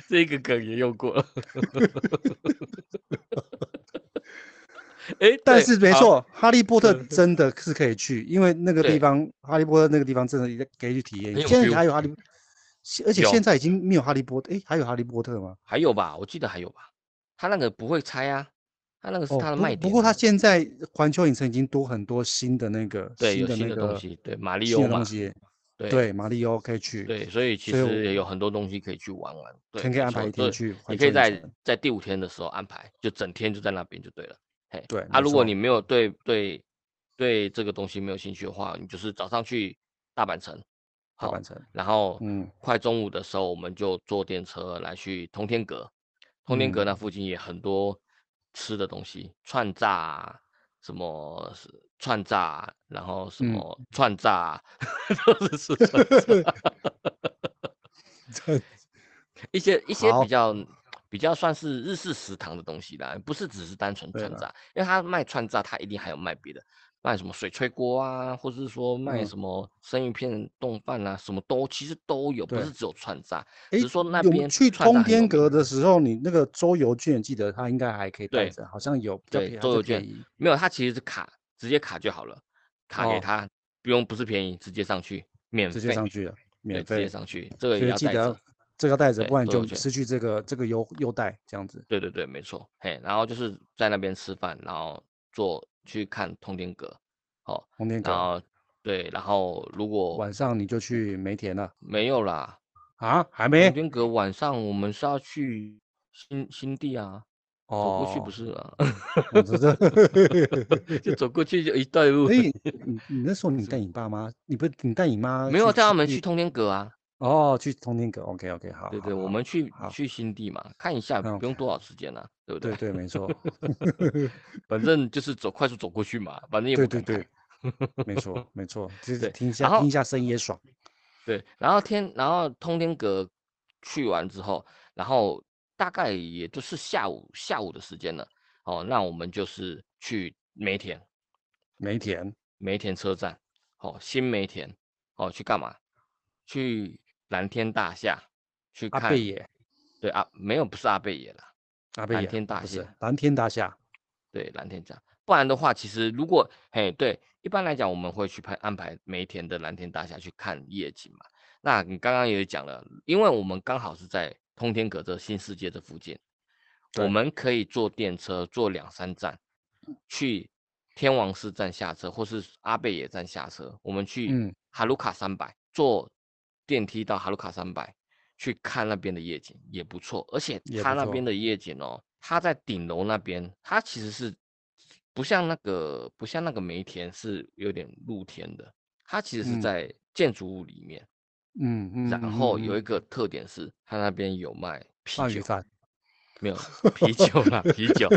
Speaker 1: 这个梗也用过了。 哎、
Speaker 2: 但
Speaker 1: 对
Speaker 2: 是没，
Speaker 1: 好
Speaker 2: 错，哈利波特
Speaker 1: 对
Speaker 2: 真的是可以去，因为那个
Speaker 1: 对
Speaker 2: 地方，哈利波特那个地方真的也可以去体验。
Speaker 1: 很有
Speaker 2: 现在
Speaker 1: feel
Speaker 2: 还有哈利，现而且
Speaker 1: 有
Speaker 2: 现在已经没有哈利波特，哎，还有哈利波特吗？
Speaker 1: 还有吧，我记得还有吧，他那个不会拆啊，他那个是
Speaker 2: 哦，
Speaker 1: 他的
Speaker 2: 不
Speaker 1: 卖
Speaker 2: 过
Speaker 1: 点啊、
Speaker 2: 不过它现在环球影城已经多很多新的那个
Speaker 1: 对有
Speaker 2: 的
Speaker 1: 新
Speaker 2: 那
Speaker 1: 的东
Speaker 2: 个
Speaker 1: 西对马里
Speaker 2: 新
Speaker 1: 奥
Speaker 2: 的
Speaker 1: 嘛
Speaker 2: 东西，
Speaker 1: 对
Speaker 2: 对，马里奥可以去，
Speaker 1: 对，所以其
Speaker 2: 所
Speaker 1: 实
Speaker 2: 以我
Speaker 1: 也有很多东西可以去玩玩。对，
Speaker 2: 可以
Speaker 1: 没
Speaker 2: 安排
Speaker 1: 错
Speaker 2: 一天
Speaker 1: 对
Speaker 2: 去
Speaker 1: 你可
Speaker 2: 环球
Speaker 1: 以
Speaker 2: 影
Speaker 1: 在
Speaker 2: 城。
Speaker 1: 在第五天的时候安排，就整天就在那边就对了。嘿，
Speaker 2: 对
Speaker 1: 啊，
Speaker 2: 没
Speaker 1: 如果
Speaker 2: 错
Speaker 1: 你没有对对对这个东西没有兴趣的话，你就是早上去大阪城，
Speaker 2: 大
Speaker 1: 好、
Speaker 2: 阪 城，
Speaker 1: 然后
Speaker 2: 嗯
Speaker 1: 快中午的时候我们就坐电车来去通天阁，通天阁
Speaker 2: 嗯
Speaker 1: 那附近也很多吃的东西，串炸啊，什么是串炸啊，然后什
Speaker 2: 嗯
Speaker 1: 么串炸啊， 都是吃串炸。
Speaker 2: 这
Speaker 1: 一些一些
Speaker 2: 好
Speaker 1: 比较比较算是日式食堂的东西啦，不是只是单纯
Speaker 2: 对
Speaker 1: 串
Speaker 2: 了，
Speaker 1: 炸，因为他卖串炸，他一定还有卖别的，卖什么水炊锅啊，或者是说卖
Speaker 2: 嗯，
Speaker 1: 什么生鱼片冻饭啊，什么都其实都有，不
Speaker 2: 对。
Speaker 1: 是只有串炸，
Speaker 2: 哎，
Speaker 1: 只是说那
Speaker 2: 有没
Speaker 1: 边
Speaker 2: 去
Speaker 1: 串炸
Speaker 2: 通
Speaker 1: 很有
Speaker 2: 天
Speaker 1: 名。
Speaker 2: 阁的时候，你那个周游券记得它应该还可以带
Speaker 1: 对
Speaker 2: 着，好像有比较
Speaker 1: 对，
Speaker 2: 便还
Speaker 1: 周
Speaker 2: 是
Speaker 1: 游
Speaker 2: 便
Speaker 1: 券
Speaker 2: 宜
Speaker 1: 没有，它其实是卡，直接卡就好了，卡给
Speaker 2: 哦，
Speaker 1: 他，不用不是便宜，直接上去免
Speaker 2: 直接
Speaker 1: 费，
Speaker 2: 上去了，免
Speaker 1: 对，直接
Speaker 2: 费，
Speaker 1: 上去，这个
Speaker 2: 所
Speaker 1: 也
Speaker 2: 以
Speaker 1: 要
Speaker 2: 记
Speaker 1: 带
Speaker 2: 得
Speaker 1: 着，
Speaker 2: 要这个要带着，
Speaker 1: 对，
Speaker 2: 不然你
Speaker 1: 周游
Speaker 2: 就
Speaker 1: 券。
Speaker 2: 失去这个这个优优待这样子。
Speaker 1: 对对对，没错，嘿，然后就是在那边吃饭，然后坐去看通天阁，哦，
Speaker 2: 通
Speaker 1: 然
Speaker 2: 天阁
Speaker 1: 后对，然后如果
Speaker 2: 晚上你就去梅田了
Speaker 1: 没有啦，
Speaker 2: 啊？还
Speaker 1: 通
Speaker 2: 没
Speaker 1: 天阁晚上我们是要去新新地啊，走过去不
Speaker 2: 哦，
Speaker 1: 是啊，
Speaker 2: 我知道。
Speaker 1: 就走过去就一段路，
Speaker 2: 所以你你那时候你
Speaker 1: 是
Speaker 2: 带你爸妈，你不你带你妈
Speaker 1: 没有
Speaker 2: 去
Speaker 1: 带他
Speaker 2: 新
Speaker 1: 们去
Speaker 2: 地
Speaker 1: 通天阁啊，
Speaker 2: 哦，去通天阁。OK OK，好
Speaker 1: 对
Speaker 2: 好
Speaker 1: 对，我
Speaker 2: 好
Speaker 1: 们去
Speaker 2: 好，
Speaker 1: 去新地嘛，看一下，
Speaker 2: 那
Speaker 1: 不
Speaker 2: OK，
Speaker 1: 用多少时间啊，对不对？
Speaker 2: 对对，没错，
Speaker 1: 反正就是走快速走过去嘛，反正也
Speaker 2: 对
Speaker 1: 不
Speaker 2: 对
Speaker 1: 敢看，
Speaker 2: 对。没错，没错，就是
Speaker 1: 对，
Speaker 2: 听一下
Speaker 1: 然
Speaker 2: 听
Speaker 1: 后。
Speaker 2: 一下声音也爽。
Speaker 1: 对，然后天，然后通天阁去完之后，然后大概也就是下午下午的时间了。哦，那我们就是去梅田，
Speaker 2: 梅田
Speaker 1: 梅田车站，哦，新梅田，哦，去干嘛？去蓝天大厦，去
Speaker 2: 阿贝
Speaker 1: 看，
Speaker 2: 野，
Speaker 1: 对啊，没有，不是阿贝野啦，
Speaker 2: 阿贝
Speaker 1: 蓝
Speaker 2: 野
Speaker 1: 天大
Speaker 2: 不是
Speaker 1: 厦，
Speaker 2: 蓝天大厦。
Speaker 1: 对，蓝天大厦。不然的话，其实如果，嘿，对，一般来讲我们会去拍安排梅田的蓝天大厦去看夜景嘛。那你刚刚也讲了，因为我们刚好是在通天阁这新世界这附近，我
Speaker 2: 对，嗯
Speaker 1: 们可以坐电车坐两三站，去天王寺站下车，或是阿贝野站下车，我们去
Speaker 2: 嗯，
Speaker 1: 哈鲁卡三百坐电梯到哈鲁卡三百去看那边的夜景也不错，而且
Speaker 2: 也
Speaker 1: 它
Speaker 2: 不
Speaker 1: 那边
Speaker 2: 错。
Speaker 1: 的夜景哦，它在顶楼那边，它其实是不像那个不像那个梅田是有点露天的，它其实是
Speaker 2: 嗯
Speaker 1: 在建筑物里面。
Speaker 2: 嗯嗯
Speaker 1: 然
Speaker 2: 嗯
Speaker 1: 后有
Speaker 2: 嗯
Speaker 1: 一
Speaker 2: 嗯，
Speaker 1: 个特点是，它那边有卖啤
Speaker 2: 鳗鱼
Speaker 1: 酒，
Speaker 2: 饭。
Speaker 1: 没有啤酒啦，啤酒、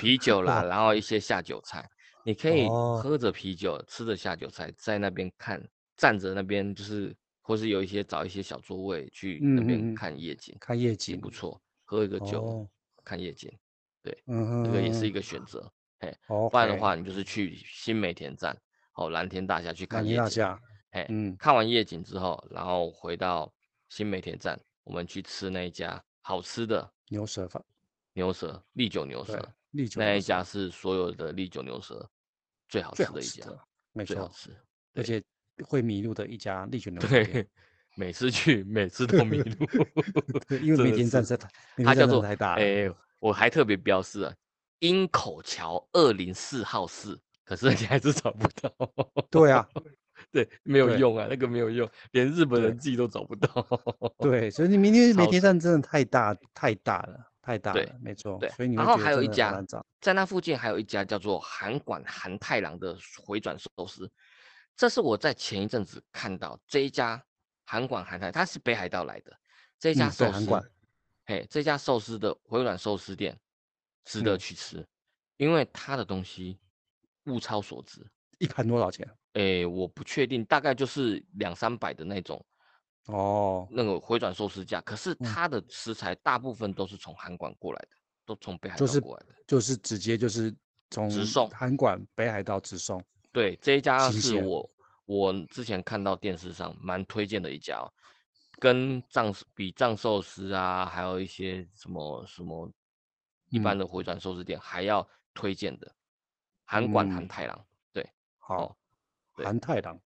Speaker 1: 啤 酒啦，然后一些下酒菜，你可以
Speaker 2: 哦，
Speaker 1: 喝着啤酒，吃着下酒菜，在那边看，站着那边就是，或是有一些找一些小座位去那
Speaker 2: 嗯
Speaker 1: 边
Speaker 2: 嗯嗯，
Speaker 1: 看夜景，
Speaker 2: 看夜
Speaker 1: 也
Speaker 2: 景。
Speaker 1: 不错，喝一个酒，
Speaker 2: 哦，
Speaker 1: 看夜景，对，
Speaker 2: 嗯
Speaker 1: 这个也
Speaker 2: 哼
Speaker 1: 是一
Speaker 2: 哼
Speaker 1: 个选择，哎，不然的
Speaker 2: ，OK，
Speaker 1: 话你就是去新梅田站，哦，蓝天大厦去
Speaker 2: 蓝
Speaker 1: 看
Speaker 2: 天
Speaker 1: 夜
Speaker 2: 大
Speaker 1: 景，
Speaker 2: 厦。
Speaker 1: 哎，
Speaker 2: 嗯，
Speaker 1: 看完夜景之后，然后回到新梅田站，我们去吃那一家好吃的
Speaker 2: 牛舌饭。
Speaker 1: 牛舌，历久牛
Speaker 2: 对，
Speaker 1: 舌。
Speaker 2: 历久
Speaker 1: 那
Speaker 2: 牛
Speaker 1: 一
Speaker 2: 舌
Speaker 1: 家是所有的历久牛舌最好
Speaker 2: 最
Speaker 1: 吃
Speaker 2: 好
Speaker 1: 的一
Speaker 2: 吃
Speaker 1: 家，
Speaker 2: 的，没
Speaker 1: 最好
Speaker 2: 错，
Speaker 1: 吃。
Speaker 2: 而
Speaker 1: 对
Speaker 2: 且会迷路的一家历久牛舌店，，
Speaker 1: 对， 每次去每次都迷路
Speaker 2: 对 因为
Speaker 1: 真
Speaker 2: 每
Speaker 1: 的
Speaker 2: 天站
Speaker 1: 是
Speaker 2: 在台，每
Speaker 1: 它
Speaker 2: 天
Speaker 1: 叫
Speaker 2: 站
Speaker 1: 做
Speaker 2: 在太大
Speaker 1: 哎、
Speaker 2: 了，
Speaker 1: 我还特别标示了鹰口桥二零四号室，可是你还是找不到。
Speaker 2: 对啊，
Speaker 1: 对，没有
Speaker 2: 对
Speaker 1: 用啊，那个没有用，连日本
Speaker 2: 对
Speaker 1: 人自己都找不到。
Speaker 2: 对，所以你明天每
Speaker 1: 哦超
Speaker 2: 天站真的太大太大了，太大
Speaker 1: 对
Speaker 2: 了，没错
Speaker 1: 对，，
Speaker 2: 所以你会
Speaker 1: 然后
Speaker 2: 觉得
Speaker 1: 还有
Speaker 2: 真
Speaker 1: 一
Speaker 2: 的好
Speaker 1: 家
Speaker 2: 难找，
Speaker 1: 在那附近还有一家叫做韩馆韩太郎的回转寿司，这是我在前一阵子看到这一家韩馆韩太，它是北海道来的这一
Speaker 2: 嗯
Speaker 1: 家
Speaker 2: 对
Speaker 1: 寿
Speaker 2: 韩
Speaker 1: 司
Speaker 2: 馆，
Speaker 1: 嘿，这家寿司的回转寿司店值得
Speaker 2: 嗯
Speaker 1: 去吃，因为它的东西物超所值。
Speaker 2: 一盘多少钱？
Speaker 1: 诶，我不确定，大概就是两三百的那种
Speaker 2: 哦，
Speaker 1: 那个回转寿司价，可是
Speaker 2: 嗯
Speaker 1: 它的食材大部分都是从韩馆过来的，都从北海
Speaker 2: 就
Speaker 1: 道
Speaker 2: 是
Speaker 1: 过来的。
Speaker 2: 就是直接就是从
Speaker 1: 送
Speaker 2: 韩馆北海道直送，
Speaker 1: 对，这一家
Speaker 2: 新
Speaker 1: 是
Speaker 2: 鲜
Speaker 1: 我我之前看到电视上蛮推荐的一家、哦，跟藏寿比藏寿司啊，还有一些什么什么一般
Speaker 2: 嗯
Speaker 1: 的回转寿司店还要推荐的，韩馆韩
Speaker 2: 嗯
Speaker 1: 太郎，对
Speaker 2: 好
Speaker 1: 哦，对
Speaker 2: 韩太郎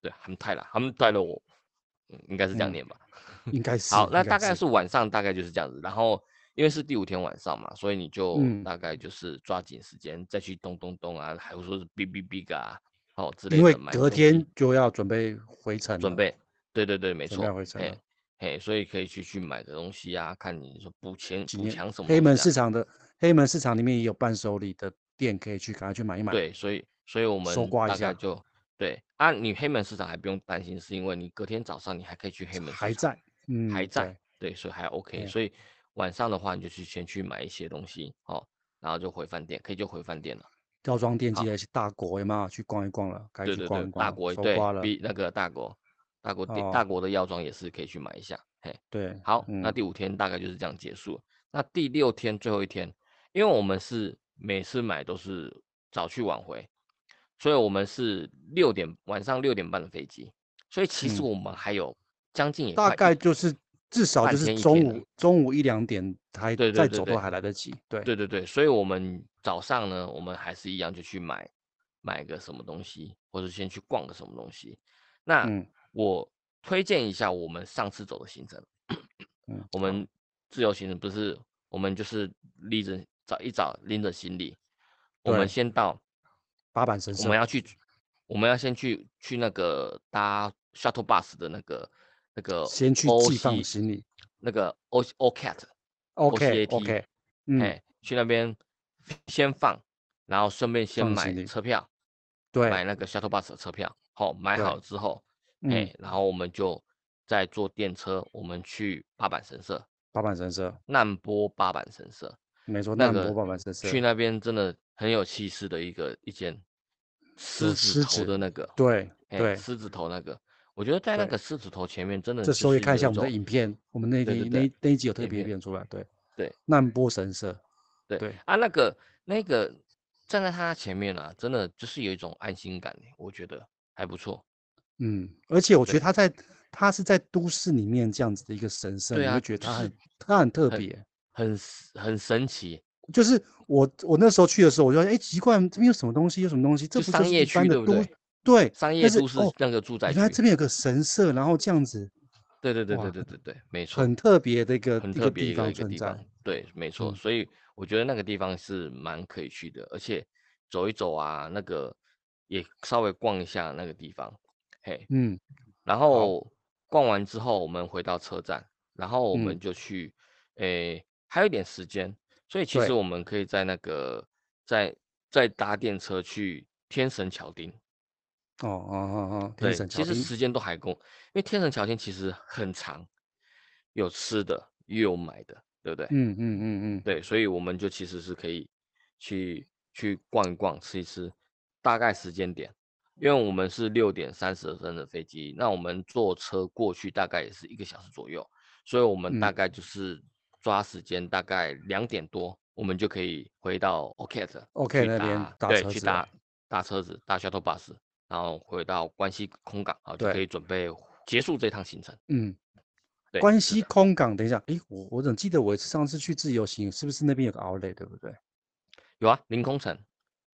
Speaker 1: 对，韩太郎，他们带了我，嗯，应该是这样
Speaker 2: 嗯
Speaker 1: 念吧。
Speaker 2: 应该是
Speaker 1: 好，那
Speaker 2: 应该
Speaker 1: 大概
Speaker 2: 是，
Speaker 1: 是晚上，大概就是这样子。然后因为是第五天晚上嘛，所以你就
Speaker 2: 嗯
Speaker 1: 大概就是抓紧时间再去咚咚咚啊，还有说是哔哔哔啊，哦之类
Speaker 2: 因为
Speaker 1: 的买
Speaker 2: 隔
Speaker 1: 东西
Speaker 2: 天就要准备回程
Speaker 1: 准
Speaker 2: 了，
Speaker 1: 备。对对对，没
Speaker 2: 准备要
Speaker 1: 错，
Speaker 2: 回程了
Speaker 1: 嘿，，嘿，所以可以去去买个东西啊，看你说补钱
Speaker 2: 今
Speaker 1: 补
Speaker 2: 天
Speaker 1: 强什么
Speaker 2: 黑
Speaker 1: 东西
Speaker 2: 门
Speaker 1: 啊
Speaker 2: 市。场的黑门市场里面也有伴手礼的店可以去，赶快去买一买，
Speaker 1: 对，所以所以我
Speaker 2: 搜
Speaker 1: 们
Speaker 2: 刮一
Speaker 1: 大概
Speaker 2: 下，
Speaker 1: 就对啊，你黑门市场还不用担心，是因为你隔天早上你还可以去黑门市
Speaker 2: 还
Speaker 1: 场。
Speaker 2: 在，
Speaker 1: 还
Speaker 2: 嗯，
Speaker 1: 在，
Speaker 2: 对，
Speaker 1: 对，所以还 OK。
Speaker 2: 对
Speaker 1: 所以晚上的话，你就去先去买一些东西哦，然后就回饭店，可以就回饭店了。
Speaker 2: 药妆店记
Speaker 1: 好
Speaker 2: 得去大国有没有去逛一逛了？该
Speaker 1: 对
Speaker 2: 去
Speaker 1: 对
Speaker 2: 逛
Speaker 1: 对
Speaker 2: 一，逛
Speaker 1: 大
Speaker 2: 了，
Speaker 1: 国
Speaker 2: 搜
Speaker 1: 对
Speaker 2: 刮了，
Speaker 1: 比那个大国，大国店大
Speaker 2: 哦，
Speaker 1: 国的药妆也是可以去买一下。嘿，
Speaker 2: 对，
Speaker 1: 好，那
Speaker 2: 嗯，
Speaker 1: 第五天大概就是这样结束了。那第六天最后一天，因为我们是每次买都是早去晚回，所以我们是六点晚上六点半的飞机，所以其实
Speaker 2: 嗯，
Speaker 1: 我们还有将近也
Speaker 2: 大
Speaker 1: 快一
Speaker 2: 概就是至少就
Speaker 1: 半
Speaker 2: 是
Speaker 1: 天一
Speaker 2: 中
Speaker 1: 天了。
Speaker 2: 午中午一两点还
Speaker 1: 对对
Speaker 2: 再
Speaker 1: 对
Speaker 2: 走都
Speaker 1: 对，
Speaker 2: 还来得及，对，
Speaker 1: 对对对，所以我们早上呢，我们还是一样就去买买个什么东西，或者先去逛个什么东西。那
Speaker 2: 嗯
Speaker 1: 我推荐一下我们上次走的行程，
Speaker 2: 嗯，
Speaker 1: 我
Speaker 2: 好，
Speaker 1: 们自由行程不是我们就是拎着早一早拎着行李，我们
Speaker 2: 对，
Speaker 1: 先到
Speaker 2: 八坂神
Speaker 1: 我们
Speaker 2: 社，
Speaker 1: 要去我们要先去去那个搭 shuttle bus 的那个那个
Speaker 2: 先去寄放
Speaker 1: OC
Speaker 2: 行李
Speaker 1: 那个 O OCAT
Speaker 2: ，OK
Speaker 1: OCAT
Speaker 2: OK，嗯，
Speaker 1: 哎，去那边先放，然后顺便先
Speaker 2: 放行
Speaker 1: 买
Speaker 2: 李，
Speaker 1: 车票，买
Speaker 2: 对
Speaker 1: 那个 shuttle bus 的车票。好，买
Speaker 2: 对，
Speaker 1: 好之后，
Speaker 2: 嗯，
Speaker 1: 哎，然后我们就再坐电车，我们去八坂神社，
Speaker 2: 八坂神社，
Speaker 1: 难波八坂神社，
Speaker 2: 没错，
Speaker 1: 那
Speaker 2: 哦难波
Speaker 1: 个
Speaker 2: 八坂神
Speaker 1: 去
Speaker 2: 社
Speaker 1: 那边真的很有气势的一个一间狮
Speaker 2: 有
Speaker 1: 子
Speaker 2: 狮
Speaker 1: 头
Speaker 2: 子，
Speaker 1: 的那个，
Speaker 2: 对
Speaker 1: 哎，
Speaker 2: 对
Speaker 1: 狮子头那个，我觉得在那
Speaker 2: 对，
Speaker 1: 个狮子头前面真的
Speaker 2: 这
Speaker 1: 就
Speaker 2: 时候也
Speaker 1: 是
Speaker 2: 看
Speaker 1: 有
Speaker 2: 一
Speaker 1: 一
Speaker 2: 下我们的
Speaker 1: 种，
Speaker 2: 影片，我们那
Speaker 1: 对对
Speaker 2: 里
Speaker 1: 对，
Speaker 2: 那那一集有特
Speaker 1: 影
Speaker 2: 别
Speaker 1: 片，
Speaker 2: 片出来，对，
Speaker 1: 对。
Speaker 2: 难波神社，
Speaker 1: 对
Speaker 2: 对，
Speaker 1: 啊，那个那个站在他前面啊，真的就是有一种安心感欸我觉得还不错。
Speaker 2: 嗯，而且我觉得
Speaker 1: 对
Speaker 2: 它在它是在都市里面这样子的一个神社，
Speaker 1: 对
Speaker 2: 你会
Speaker 1: 啊，
Speaker 2: 觉得
Speaker 1: 就
Speaker 2: 它
Speaker 1: 是
Speaker 2: 很它很特
Speaker 1: 很
Speaker 2: 别。
Speaker 1: 很神很神奇，
Speaker 2: 就是我我那时候去的时候，我就说，哎，奇怪，这边有什么东西？有什么东西？这
Speaker 1: 就
Speaker 2: 不就
Speaker 1: 商
Speaker 2: 是
Speaker 1: 业
Speaker 2: 一般
Speaker 1: 区
Speaker 2: 的
Speaker 1: 对不
Speaker 2: 都
Speaker 1: 对？
Speaker 2: 对，
Speaker 1: 商
Speaker 2: 但
Speaker 1: 业
Speaker 2: 是
Speaker 1: 都市
Speaker 2: 哦，
Speaker 1: 那个住宅
Speaker 2: 原来
Speaker 1: 区，
Speaker 2: 这边有个神社，然后这样子，
Speaker 1: 对对对对
Speaker 2: 哇，
Speaker 1: 对对对，没错，
Speaker 2: 很特别的一个
Speaker 1: 很
Speaker 2: 一
Speaker 1: 特
Speaker 2: 个
Speaker 1: 别
Speaker 2: 地
Speaker 1: 一个
Speaker 2: 方
Speaker 1: 一个
Speaker 2: 存
Speaker 1: 地
Speaker 2: 在。
Speaker 1: 方，对，没错。
Speaker 2: 嗯，
Speaker 1: 所以我觉得那个地方是蛮可以去的，而且走一走啊，那个也稍微逛一下那个地方，嘿，
Speaker 2: 嗯，
Speaker 1: 然
Speaker 2: 好，
Speaker 1: 后逛完之后，我们回到车站，然后我
Speaker 2: 嗯，
Speaker 1: 们就去，诶，还有一点时间，所以其实
Speaker 2: 对，
Speaker 1: 我们可以在那个在在搭电车去天神桥町。
Speaker 2: 哦哦哦哦，天
Speaker 1: 对，
Speaker 2: 神
Speaker 1: 其
Speaker 2: 桥
Speaker 1: 实
Speaker 2: 町，
Speaker 1: 时间都还够，因为天神桥町其实很长，有吃的也有买的，对不对？
Speaker 2: 嗯嗯嗯嗯，
Speaker 1: 对，所以我们就其实是可以去去逛一逛，吃一吃，大概时间点，因为我们是六点三十分的飞机，那我们坐车过去大概也是一个小时左右，所以我们大
Speaker 2: 嗯，
Speaker 1: 概就是抓时间，大概两点多，我们就可以回到 OKT
Speaker 2: OK，
Speaker 1: 去
Speaker 2: 那边
Speaker 1: 搭，
Speaker 2: 搭
Speaker 1: 对，
Speaker 2: 车
Speaker 1: 去
Speaker 2: 子啊了，
Speaker 1: 搭搭车子，搭 shuttle bus，然后回到关西空港，啊好，就可
Speaker 2: 对，
Speaker 1: 以准备结束这趟行程。
Speaker 2: 嗯，
Speaker 1: 对，
Speaker 2: 关
Speaker 1: 是
Speaker 2: 西
Speaker 1: 的，
Speaker 2: 空港，等一下，诶，我我怎么记得我上次去自由行，是不是那边有个 Outlet，对不对？
Speaker 1: 有啊，凌空城。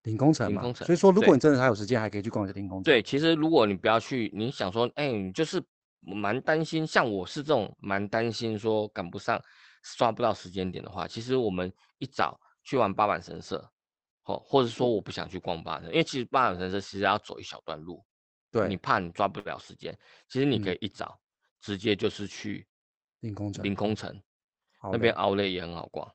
Speaker 2: 领工程
Speaker 1: 领
Speaker 2: 嘛
Speaker 1: 工，
Speaker 2: 所
Speaker 1: 程
Speaker 2: 以说如
Speaker 1: 对
Speaker 2: 果你真的还有时间，还可以去逛一下领工程。
Speaker 1: 对，其实如果你不要去，你想说，哎、你就是蛮担心，像我是这种蛮担心说赶不上、抓不到时间点的话，其实我们一早去玩八坂神社，哦，或者
Speaker 2: 嗯
Speaker 1: 说我不想去逛八坂神社，因为其实八坂神社其实要走一小段路，
Speaker 2: 对
Speaker 1: 你怕你抓不了时间，其实你可
Speaker 2: 嗯
Speaker 1: 以一早直接就是去
Speaker 2: 领工程
Speaker 1: 凌空城
Speaker 2: 好
Speaker 1: 那
Speaker 2: 的
Speaker 1: 边奥莱也很好逛。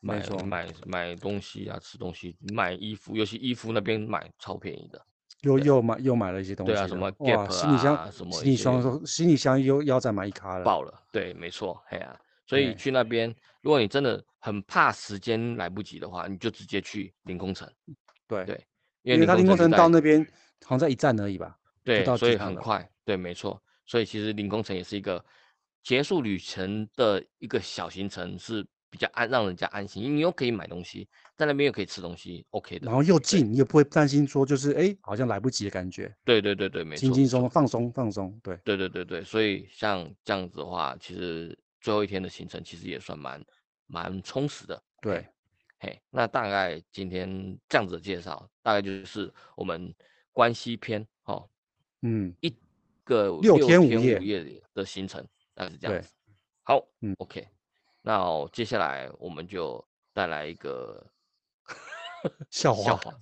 Speaker 2: 没
Speaker 1: 买
Speaker 2: 错
Speaker 1: 买买东西啊，吃东西，买衣服，尤其衣服那边买超便宜的。
Speaker 2: 又
Speaker 1: 对啊
Speaker 2: 又买又买了一些东西
Speaker 1: 对
Speaker 2: 了，
Speaker 1: 啊什么
Speaker 2: 哇，
Speaker 1: Gap
Speaker 2: 行李
Speaker 1: 啊
Speaker 2: 箱
Speaker 1: 什么
Speaker 2: 行
Speaker 1: 一
Speaker 2: 李
Speaker 1: 些
Speaker 2: 箱都行李箱又要再买一卡了，
Speaker 1: 爆了。对，没错，嘿啊，所以
Speaker 2: 对
Speaker 1: 去那边，如果你真的很怕时间来不及的话，你就直接去凌空城，
Speaker 2: 对
Speaker 1: 对
Speaker 2: 因为它
Speaker 1: 凌
Speaker 2: 林工
Speaker 1: 城
Speaker 2: 程
Speaker 1: 就
Speaker 2: 到
Speaker 1: 在
Speaker 2: 那边好像在一站而已吧，
Speaker 1: 对，
Speaker 2: 到
Speaker 1: 所
Speaker 2: 机
Speaker 1: 以
Speaker 2: 场
Speaker 1: 很
Speaker 2: 了
Speaker 1: 快，对，没错，所以其实凌空城也是一个结束旅程的一个小行程，是比较安让人家安心，你又可以买东西，在那边又可以吃东西，OK 的。
Speaker 2: 然后又
Speaker 1: 对，
Speaker 2: 近，你也不会担心说就是哎好像来不及的感觉，
Speaker 1: 对对对对，没
Speaker 2: 轻
Speaker 1: 错，
Speaker 2: 轻松松放松放松，对，
Speaker 1: 对对对对，所以像这样子的话，其实最后一天的行程其实也算蛮蛮充实的，嘿
Speaker 2: 对，
Speaker 1: 嘿，那大概今天这样子的介绍，大概就是我们关西篇哦，
Speaker 2: 嗯，
Speaker 1: 一个
Speaker 2: 六天
Speaker 1: 天
Speaker 2: 五
Speaker 1: 五
Speaker 2: 夜
Speaker 1: 夜的行程，大概是这样
Speaker 2: 对
Speaker 1: 子。好，
Speaker 2: 嗯
Speaker 1: ，OK，那我接下来我们就带来一个
Speaker 2: 笑
Speaker 1: 笑
Speaker 2: 话，
Speaker 1: 话，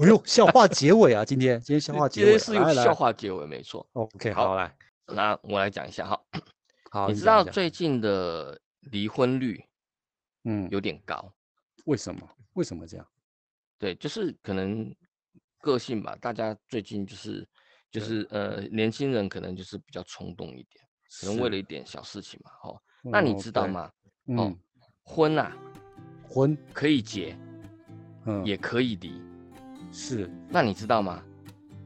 Speaker 2: 哎呦，笑话结尾啊，今天今天笑话结
Speaker 1: 今
Speaker 2: 尾
Speaker 1: 天
Speaker 2: 啊，
Speaker 1: 是用
Speaker 2: 来来
Speaker 1: 笑话结尾，没错。
Speaker 2: ，OK，
Speaker 1: 好
Speaker 2: 好来，
Speaker 1: 那我来讲一下哈，
Speaker 2: 好，
Speaker 1: 你
Speaker 2: 你
Speaker 1: 知
Speaker 2: 讲
Speaker 1: 道
Speaker 2: 讲
Speaker 1: 最近的离婚率
Speaker 2: 嗯，
Speaker 1: 有点高，
Speaker 2: 为什么为什么这样？
Speaker 1: 对，就是可能个性吧，大家最近就是就
Speaker 2: 对
Speaker 1: 是呃，年轻人可能就是比较冲动一点，可能为
Speaker 2: 是
Speaker 1: 了一点小事情嘛，哦，那你
Speaker 2: 哦
Speaker 1: 知道
Speaker 2: 对
Speaker 1: 吗？哦
Speaker 2: 嗯，
Speaker 1: 婚啊
Speaker 2: 婚，
Speaker 1: 可以结，
Speaker 2: 嗯，
Speaker 1: 也可以离，
Speaker 2: 是，
Speaker 1: 那你知道吗？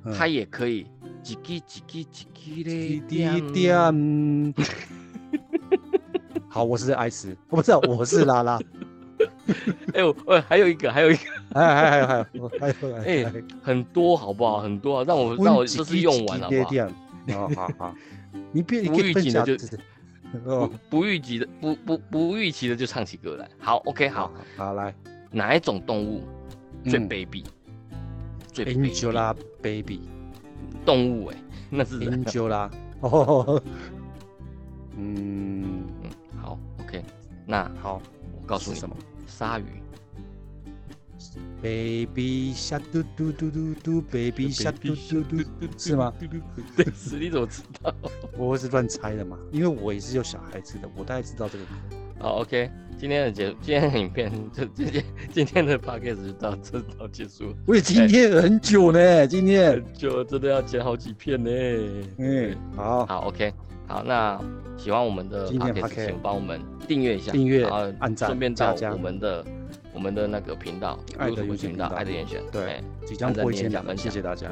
Speaker 2: 嗯
Speaker 1: 它也可以几滴几滴几滴嘞
Speaker 2: 滴滴点。 好，我是艾斯，我不是，啊我是拉 拉。
Speaker 1: 哎呦，呃，还有一个，还有一个
Speaker 2: 还哎还还有还有我还有
Speaker 1: 哎很多好不好？很多啊，让我让我这次用完好不好？
Speaker 2: 点，好哦好好，你别你
Speaker 1: 无
Speaker 2: 可以
Speaker 1: 预
Speaker 2: 分
Speaker 1: 警的
Speaker 2: 享
Speaker 1: 就
Speaker 2: 这是。
Speaker 1: 不
Speaker 2: 哦，
Speaker 1: 不预期的，不不不预期的就唱起歌来。好，OK，好，，
Speaker 2: 好来
Speaker 1: 哪一种动物最
Speaker 2: 嗯哎
Speaker 1: 卑鄙？最卑鄙
Speaker 2: ，Angelababy，Angela，
Speaker 1: 动物哎、那是人。
Speaker 2: 哦，嗯，
Speaker 1: 嗯，好，OK，那
Speaker 2: 好，
Speaker 1: 我告诉
Speaker 2: 是
Speaker 1: 你
Speaker 2: 什，么
Speaker 1: 鲨鱼
Speaker 2: ？Baby 下嘟嘟嘟嘟嘟，Baby 下嘟嘟嘟，是吗？
Speaker 1: 对，是你怎么知道？
Speaker 2: 我是乱猜的嘛，因为我也是有小孩子的，我大概知道这个。
Speaker 1: 好，OK，今天的节，今天的影片就今天 今天的 podcast 就到这到结束了，
Speaker 2: 我也今天很久
Speaker 1: 哎
Speaker 2: 呢，今天。
Speaker 1: 就真的要剪好几片呢。对
Speaker 2: 嗯，，好，
Speaker 1: 好，OK，好，那喜欢我们的
Speaker 2: 今天的
Speaker 1: podcast，请
Speaker 2: podcast
Speaker 1: 帮我们订阅一下，
Speaker 2: 订阅
Speaker 1: 然后
Speaker 2: 按赞
Speaker 1: 顺便到
Speaker 2: 加加
Speaker 1: 我们的我们的那个频道，
Speaker 2: 爱的
Speaker 1: YouTube
Speaker 2: YouTube
Speaker 1: 频道，
Speaker 2: 频道
Speaker 1: 爱的严选，
Speaker 2: 对
Speaker 1: 哎，
Speaker 2: 即将
Speaker 1: 按赞
Speaker 2: 破一
Speaker 1: 点
Speaker 2: 千
Speaker 1: 加
Speaker 2: 两
Speaker 1: 分
Speaker 2: 了，谢
Speaker 1: 享
Speaker 2: 谢大家。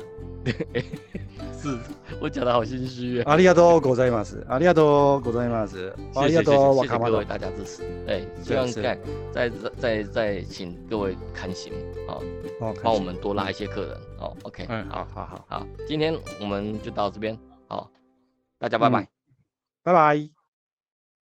Speaker 1: 是 我讲的好心虚啊，
Speaker 2: ありがとうござい ます。ありがとうございます。あ
Speaker 1: 谢
Speaker 2: り
Speaker 1: 谢
Speaker 2: が
Speaker 1: 谢
Speaker 2: と
Speaker 1: 谢谢谢
Speaker 2: うわかま
Speaker 1: 各位
Speaker 2: ど。
Speaker 1: 大家支持，对，希
Speaker 2: 对
Speaker 1: 望
Speaker 2: 是
Speaker 1: 再再再再请各位看行好，
Speaker 2: 哦
Speaker 1: 帮我。们多拉一些客人哦，OK，
Speaker 2: 嗯，好
Speaker 1: 好
Speaker 2: 好好，
Speaker 1: 好，今天我们就到这边，好，大家拜
Speaker 2: 嗯
Speaker 1: 拜。
Speaker 2: 拜拜。